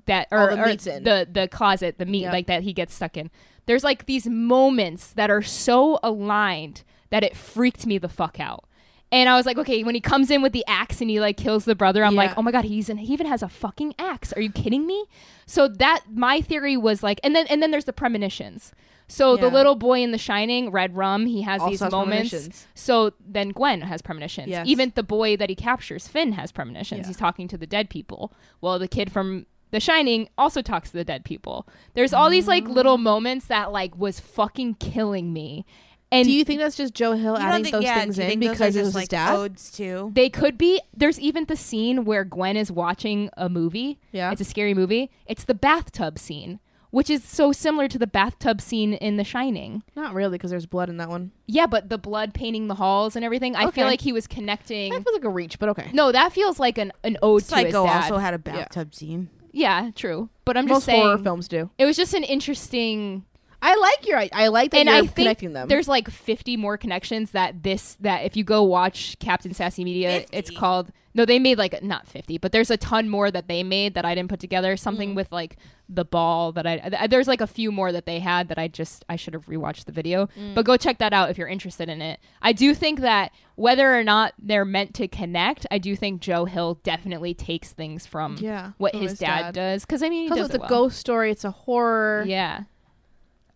Speaker 1: that
Speaker 3: All
Speaker 1: or,
Speaker 3: the
Speaker 1: or
Speaker 3: meat's in.
Speaker 1: the the closet, the meat
Speaker 3: Yep.
Speaker 1: like that he gets stuck in. There's like these moments that are so aligned that it freaked me the fuck out. And I was like, okay, when he comes in with the axe and he like kills the brother, I'm like,
Speaker 3: Yeah.
Speaker 1: oh my god, he's in, he even has a fucking axe. Are you kidding me? So that my theory was like, and then and then there's the premonitions. So the
Speaker 3: Yeah.
Speaker 1: little boy in The Shining, Red Rum, he has
Speaker 3: Also
Speaker 1: these
Speaker 3: has
Speaker 1: moments.
Speaker 3: premonitions.
Speaker 1: So then Gwen has premonitions.
Speaker 3: Yes.
Speaker 1: Even the boy that he captures, Finn, has premonitions.
Speaker 3: Yeah.
Speaker 1: He's talking to the dead people. Well, the kid from The Shining also talks to the dead people. There's all these like little
Speaker 3: Mm.
Speaker 1: moments that like was fucking killing me. And
Speaker 3: Do you think that's just Joe Hill
Speaker 2: You don't
Speaker 3: adding
Speaker 2: think-
Speaker 3: those
Speaker 2: yeah,
Speaker 3: things
Speaker 2: do you
Speaker 3: in
Speaker 2: think those are
Speaker 3: because it
Speaker 2: just,
Speaker 3: was his
Speaker 2: like
Speaker 3: dad?
Speaker 2: odes too.
Speaker 1: They could be. There's even the scene where Gwen is watching a movie.
Speaker 3: Yeah.
Speaker 1: It's a scary movie. It's the bathtub scene, which is so similar to the bathtub scene in The Shining.
Speaker 3: Not really, because there's blood in that one.
Speaker 1: Yeah, but the blood painting the halls and everything. I feel
Speaker 3: Okay.
Speaker 1: like he was
Speaker 3: That
Speaker 1: connecting.
Speaker 3: feels like a reach, but okay.
Speaker 1: No, that feels like an, an ode to his
Speaker 2: Psycho
Speaker 1: dad.
Speaker 2: oh, also had a bathtub scene.
Speaker 1: yeah, true. But I'm
Speaker 3: Most
Speaker 1: just saying
Speaker 3: horror films do.
Speaker 1: it was just an interesting
Speaker 3: I like your. I like that
Speaker 1: and
Speaker 3: you're
Speaker 1: I think
Speaker 3: connecting them.
Speaker 1: There's like 50 more connections that this that if you go watch Captain Sassy Media,
Speaker 2: 50?
Speaker 1: it's called. No, they made like not 50, but there's a ton more that they made that I didn't put together.
Speaker 3: Mm-hmm.
Speaker 1: Something with like the ball that I th- there's like a few more that they had that I just I should have rewatched the video.
Speaker 3: Mm.
Speaker 1: But go check that out if you're interested in it. I do think that whether or not they're meant to connect, I do think Joe Hill definitely takes things from
Speaker 3: Yeah,
Speaker 1: what
Speaker 3: from
Speaker 1: his,
Speaker 3: Um, his
Speaker 1: dad,
Speaker 3: dad.
Speaker 1: does because I mean he
Speaker 3: Also,
Speaker 1: does
Speaker 3: it's
Speaker 1: it
Speaker 3: a
Speaker 1: well.
Speaker 3: ghost story. It's a horror.
Speaker 1: Yeah.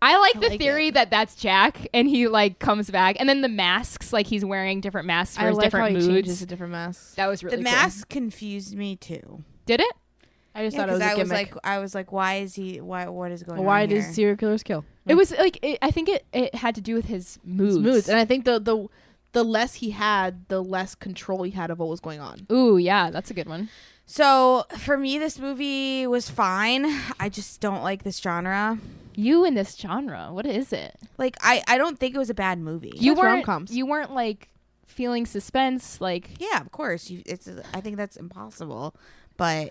Speaker 1: I like
Speaker 3: I
Speaker 1: the
Speaker 3: like
Speaker 1: theory that that's Jack and he like comes back and then the masks like he's wearing different masks for
Speaker 3: I
Speaker 1: his
Speaker 3: like how
Speaker 1: different
Speaker 3: he changes
Speaker 1: moods.
Speaker 3: to different masks.
Speaker 1: that was really
Speaker 2: the
Speaker 1: cool.
Speaker 2: mask confused me too.
Speaker 1: Did it?
Speaker 3: I just
Speaker 2: Yeah,
Speaker 3: thought it was a
Speaker 2: I
Speaker 3: gimmick.
Speaker 2: was like, I was like, why is he? Why? What is going on?
Speaker 3: Why
Speaker 2: here?
Speaker 3: does serial killers kill?
Speaker 1: It was like it, I think it, it had to do with his moods.
Speaker 3: It's moods, and I think the the the less he had, the less control he had of what was going on.
Speaker 1: Ooh, yeah, that's a good one.
Speaker 2: So for me, this movie was fine. I just don't like this genre.
Speaker 1: You in this genre, what is it?
Speaker 2: Like I, I don't think it was a bad movie.
Speaker 1: You
Speaker 3: That's
Speaker 1: weren't
Speaker 3: rom-coms.
Speaker 1: you weren't like feeling suspense like
Speaker 2: yeah, of course. You, it's. I think that's impossible, but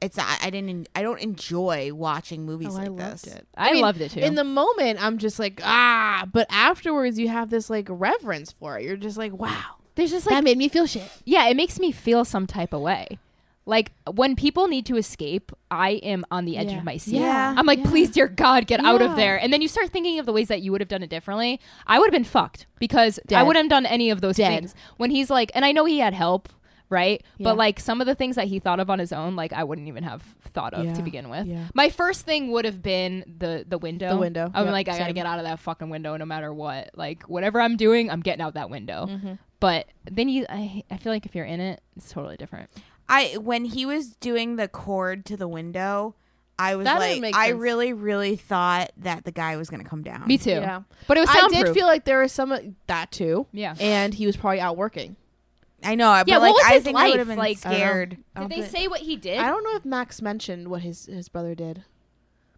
Speaker 2: it's. I, I didn't. en- I don't enjoy watching movies like this.
Speaker 1: I,
Speaker 3: mean,
Speaker 1: loved it too.
Speaker 3: In the moment, I'm just like ah, but afterwards, you have this like reverence for it. You're just like wow,
Speaker 1: There's just
Speaker 3: that
Speaker 1: like
Speaker 3: made me feel shit.
Speaker 1: yeah, it makes me feel some type of way. Like when people need to escape, I am on the edge
Speaker 3: Yeah.
Speaker 1: of my seat.
Speaker 2: Yeah.
Speaker 1: I'm like,
Speaker 3: Yeah.
Speaker 1: please, dear God, get out of
Speaker 3: Yeah.
Speaker 1: there. And then you start thinking of the ways that you would have done it differently. I would have been fucked because I
Speaker 3: Dead.
Speaker 1: wouldn't have done any of those
Speaker 3: Dead.
Speaker 1: things. When he's like, and I know he had help, right?
Speaker 3: Yeah.
Speaker 1: But like some of the things that he thought of on his own, like I wouldn't even have thought of to
Speaker 3: Yeah.
Speaker 1: begin with.
Speaker 3: Yeah.
Speaker 1: My first thing would have been the the window.
Speaker 3: The window.
Speaker 1: I'm
Speaker 3: Yep.
Speaker 1: like, I gotta
Speaker 3: Same.
Speaker 1: get out of that fucking window no matter what. Like whatever I'm doing, I'm getting out that window.
Speaker 3: Mm-hmm.
Speaker 1: But then you, I, I feel like if you're in it, it's totally different.
Speaker 2: I when he was doing the cord to the window, I was
Speaker 3: That doesn't
Speaker 2: like,
Speaker 3: make
Speaker 2: I
Speaker 3: sense.
Speaker 2: really, really thought that the guy was gonna come down.
Speaker 1: Me too.
Speaker 3: Yeah.
Speaker 1: But it was
Speaker 3: I
Speaker 1: soundproof.
Speaker 3: did feel like there was some that too,
Speaker 1: yeah.
Speaker 3: and he was probably out working.
Speaker 2: I know, but
Speaker 1: Yeah, what
Speaker 2: like
Speaker 1: was
Speaker 2: I
Speaker 1: his
Speaker 2: think I would
Speaker 1: life
Speaker 2: have been
Speaker 1: like? I don't know.
Speaker 2: scared.
Speaker 3: I don't
Speaker 1: Did they
Speaker 3: think-
Speaker 1: say what he did?
Speaker 3: I don't know if Max mentioned what his his brother did,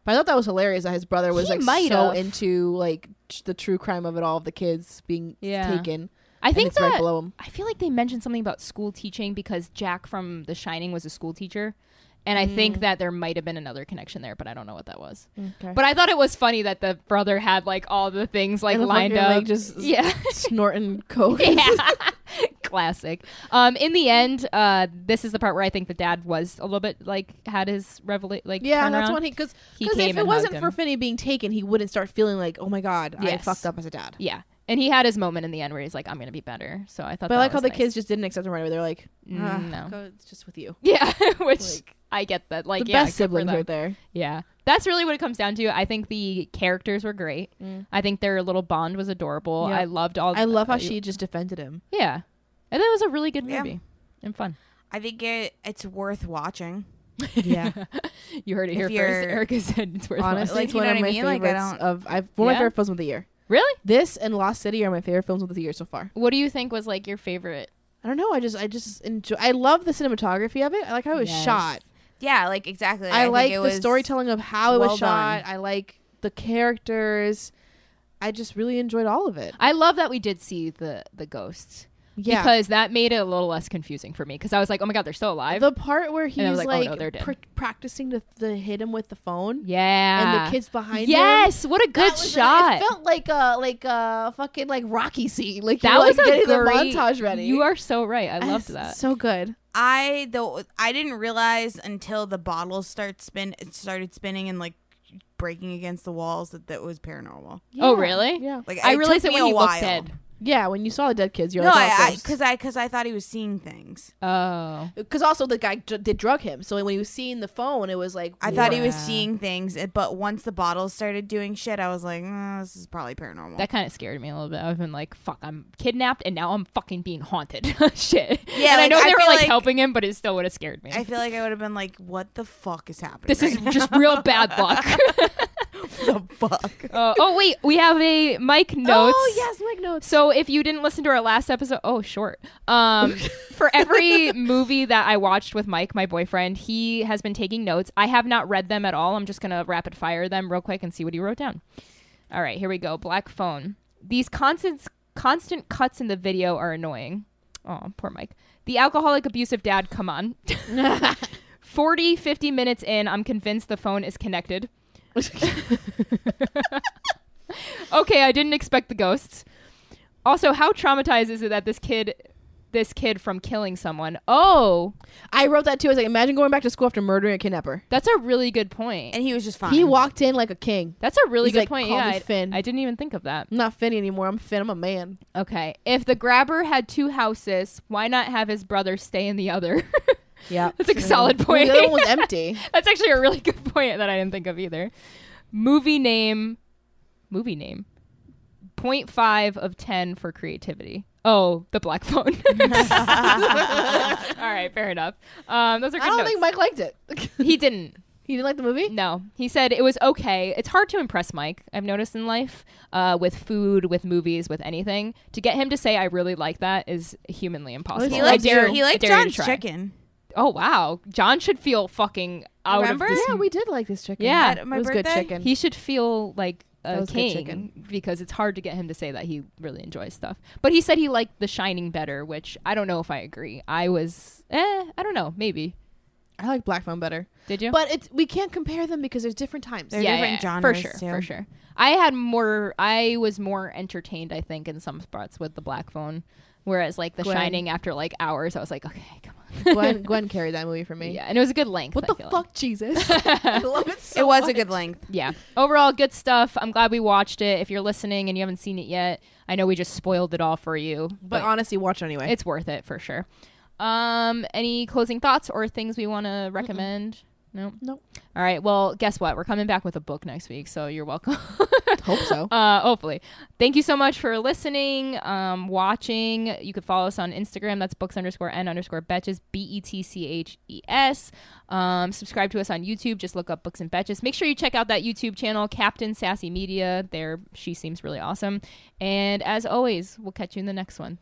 Speaker 3: but I thought that was hilarious that his brother was
Speaker 1: He
Speaker 3: like
Speaker 1: might
Speaker 3: so
Speaker 1: have.
Speaker 3: into like t- the true crime of it all of the kids being
Speaker 1: Yeah.
Speaker 3: taken.
Speaker 1: I
Speaker 3: and
Speaker 1: think
Speaker 3: it's right
Speaker 1: that
Speaker 3: below him.
Speaker 1: I feel like they mentioned something about school teaching because Jack from The Shining was a school teacher, And I
Speaker 3: Mm.
Speaker 1: think that there might have been another connection there, but I don't know what that was.
Speaker 3: Okay.
Speaker 1: But I thought it was funny that the brother had like all the things like lined up.
Speaker 3: like just
Speaker 1: yeah.
Speaker 3: snorting coke.
Speaker 1: yeah. Classic. Um, in the end, uh, this is the part where I think the dad was a little bit like had his revelation. Like,
Speaker 3: Yeah,
Speaker 1: turnaround.
Speaker 3: that's when he because
Speaker 1: He
Speaker 3: because
Speaker 1: came
Speaker 3: if it
Speaker 1: and
Speaker 3: wasn't
Speaker 1: hugged
Speaker 3: for
Speaker 1: him.
Speaker 3: Finney being taken, he wouldn't start feeling like, oh my god, I
Speaker 1: Yes.
Speaker 3: fucked up as a dad.
Speaker 1: Yeah, and he had his moment in the end where he's like, "I'm gonna be better." So I thought.
Speaker 3: But I
Speaker 1: that
Speaker 3: like how
Speaker 1: was
Speaker 3: the
Speaker 1: nice.
Speaker 3: kids just didn't accept him right away. They're like,
Speaker 1: Mm,
Speaker 3: "Ah,
Speaker 1: no.
Speaker 3: go- it's just with you.
Speaker 1: Yeah, which
Speaker 3: Like,
Speaker 1: I get that. Like
Speaker 3: the
Speaker 1: yeah, good
Speaker 3: best
Speaker 1: for
Speaker 3: siblings
Speaker 1: them.
Speaker 3: right there.
Speaker 1: Yeah, that's really what it comes down to. I think the characters were great.
Speaker 3: Mm.
Speaker 1: I think their little bond was adorable.
Speaker 3: Yeah.
Speaker 1: I loved all.
Speaker 3: I love how
Speaker 1: uh,
Speaker 3: she just defended him.
Speaker 1: Yeah, and that was a really good
Speaker 2: Yeah.
Speaker 1: movie and fun.
Speaker 2: I think it, it's worth watching.
Speaker 3: Yeah.
Speaker 1: you heard it here
Speaker 2: If
Speaker 1: first.
Speaker 2: you're-
Speaker 1: Erica said it's worth watching.
Speaker 3: Honestly,
Speaker 2: Like,
Speaker 3: it's
Speaker 2: you
Speaker 3: one
Speaker 2: know
Speaker 3: of
Speaker 2: what
Speaker 3: my
Speaker 2: I mean? Like, I
Speaker 3: favorites
Speaker 2: don't-
Speaker 3: of I've one of my
Speaker 1: Yeah.
Speaker 3: favorite films of the year.
Speaker 1: Really?
Speaker 3: This and Lost City are my favorite films of the year so far.
Speaker 1: What do you think was like your favorite?
Speaker 3: I don't know. I just I just enjoy. I love the cinematography of it. I like how it was
Speaker 1: Yes.
Speaker 3: shot.
Speaker 2: Yeah, like exactly.
Speaker 3: I,
Speaker 2: think
Speaker 3: like
Speaker 2: it
Speaker 3: the
Speaker 2: was-
Speaker 3: storytelling of how it
Speaker 2: well
Speaker 3: was shot. I like the characters. I just really enjoyed all of it.
Speaker 1: I love that we did see the the ghosts
Speaker 3: Yeah.
Speaker 1: because that made it a little less confusing for me because I was like, oh my god, they're still alive.
Speaker 3: the part where he's
Speaker 1: And I was
Speaker 3: like,
Speaker 1: like, oh, no, they're dead.
Speaker 3: pra- practicing to, to hit him with the phone
Speaker 1: yeah,
Speaker 3: and the kids behind him.
Speaker 1: Yes, what a
Speaker 3: That
Speaker 1: good
Speaker 3: was
Speaker 1: shot.
Speaker 3: Like, it felt like a like a fucking like Rocky scene. Like
Speaker 1: that
Speaker 3: you're,
Speaker 1: was
Speaker 3: like,
Speaker 1: a
Speaker 3: getting
Speaker 1: great
Speaker 3: the montage ready.
Speaker 1: You are so right. I loved that.
Speaker 3: So good.
Speaker 2: I though I didn't realize until the bottles start spin it started spinning and like breaking against the walls that that was paranormal.
Speaker 1: Oh
Speaker 3: Yeah.
Speaker 1: really?
Speaker 3: Yeah.
Speaker 2: Like
Speaker 1: I
Speaker 2: it
Speaker 1: realized
Speaker 2: took
Speaker 1: it
Speaker 2: me
Speaker 1: when
Speaker 2: a
Speaker 1: he
Speaker 2: while.
Speaker 1: looked dead.
Speaker 3: Yeah. When you saw the dead kids, you're
Speaker 2: No,
Speaker 3: like, oh,
Speaker 2: I
Speaker 3: ghosts.
Speaker 2: because I because I thought he was seeing things.
Speaker 1: Oh.
Speaker 3: because also the guy d- did drug him. So when he was seeing the phone, it was like
Speaker 2: I thought he was
Speaker 1: Yeah.
Speaker 2: seeing things, eh, but once the bottles started doing shit, I was like, "Mm, this is probably paranormal.
Speaker 1: That kind of scared me a little bit. I've been like, "Fuck, I'm kidnapped, and now I'm fucking being haunted." Shit. and
Speaker 2: Yeah,
Speaker 1: I
Speaker 2: like,
Speaker 1: know
Speaker 2: I
Speaker 1: they were
Speaker 2: feel
Speaker 1: like,
Speaker 2: like-
Speaker 1: helping him, but it still would have scared me.
Speaker 2: I feel like I would have been like, what the fuck is happening?
Speaker 1: this is
Speaker 2: right now?
Speaker 1: just real bad luck.
Speaker 2: the fuck.
Speaker 1: Uh, oh wait, we have a Mike notes.
Speaker 3: Oh yes, Mike notes.
Speaker 1: So if you didn't listen to our last episode, oh short. Um, for every movie that I watched with Mike, my boyfriend, he has been taking notes. I have not read them at all. I'm just gonna rapid fire them real quick and see what he wrote down. All right, here we go. Black phone. These constant constant cuts in the video are annoying. Oh, poor Mike. The alcoholic abusive dad, come on. 40, 50 minutes in, I'm convinced the phone is connected. okay, I didn't expect the ghosts. Also, how traumatized is it that this kid, this kid from killing someone? Oh,
Speaker 3: I wrote that too. I was like, imagine going back to school after murdering a kidnapper.
Speaker 1: that's a really good point.
Speaker 2: And he was just fine.
Speaker 3: He walked in like a king.
Speaker 1: That's a really
Speaker 3: He's
Speaker 1: good
Speaker 3: like,
Speaker 1: point.
Speaker 3: "Call
Speaker 1: Yeah,
Speaker 3: me
Speaker 1: I,
Speaker 3: Finn."
Speaker 1: I didn't even think of that.
Speaker 3: I'm not Finn anymore. I'm Finn. I'm a man.
Speaker 1: Okay, if the grabber had two houses, why not have his brother stay in the other?
Speaker 3: Yeah,
Speaker 1: That's a solid point.
Speaker 3: The other one was empty.
Speaker 1: that's actually a really good point that I didn't think of either. Movie name, movie name, 0.5 of ten for creativity. Oh, the black phone. All right, fair enough. Um, those are good
Speaker 3: I don't
Speaker 1: notes.
Speaker 3: think Mike liked it.
Speaker 1: He didn't.
Speaker 3: he didn't like the movie.
Speaker 1: No, he said it was okay. It's hard to impress Mike. I've noticed in life, uh, with food, with movies, with anything. To get him to say I really like that is humanly impossible.
Speaker 3: He
Speaker 2: he
Speaker 1: I
Speaker 2: liked,
Speaker 1: dare-
Speaker 2: he
Speaker 1: I
Speaker 2: liked
Speaker 1: dare you to
Speaker 2: John's
Speaker 1: try.
Speaker 2: chicken.
Speaker 1: Oh wow, John should feel fucking out
Speaker 2: Remember?
Speaker 1: of this.
Speaker 3: Yeah, we did like this chicken.
Speaker 1: Yeah.
Speaker 2: At my
Speaker 3: it was
Speaker 2: birthday?
Speaker 3: good chicken.
Speaker 1: He should feel like
Speaker 3: That
Speaker 1: a
Speaker 3: was good
Speaker 1: king
Speaker 3: chicken.
Speaker 1: because it's hard to get him to say that he really enjoys stuff. But he said he liked The Shining better, which I don't know if I agree. I was, eh, I don't know, maybe.
Speaker 3: I like Black Phone better,
Speaker 1: Did you?
Speaker 3: but it's we can't compare them because there's different times.
Speaker 2: They're- different
Speaker 1: for
Speaker 2: genres,
Speaker 1: sure,
Speaker 2: too.
Speaker 1: for sure. I had more. I was more entertained, I think, in some spots with the Black Phone, whereas like The
Speaker 3: Gwen.
Speaker 1: Shining, after like hours, I was like, okay, come on.
Speaker 3: Gwen, Gwen carried that movie for me.
Speaker 1: yeah, and it was a good length.
Speaker 3: What
Speaker 1: I
Speaker 3: the
Speaker 1: feel
Speaker 3: fuck,
Speaker 1: like.
Speaker 3: Jesus? I love it so
Speaker 2: it was a
Speaker 3: much.
Speaker 2: good length.
Speaker 1: Yeah. Overall, good stuff. I'm glad we watched it. If you're listening and you haven't seen it yet, I know we just spoiled it all for you,
Speaker 3: But honestly, watch it anyway.
Speaker 1: it's worth it for sure. Um, any closing thoughts or things we want to recommend? No.
Speaker 3: Nope.
Speaker 1: All right. Well, guess what? We're coming back with a book next week, so you're welcome.
Speaker 3: Hope so.
Speaker 1: uh, hopefully. Thank you so much for listening, um, watching. You could follow us on Instagram. That's books underscore n underscore betches b e t c h e s. Um, subscribe to us on YouTube. Just look up books and betches. Make sure you check out that YouTube channel, Captain Sassy Media. There, she seems really awesome. And as always, we'll catch you in the next one.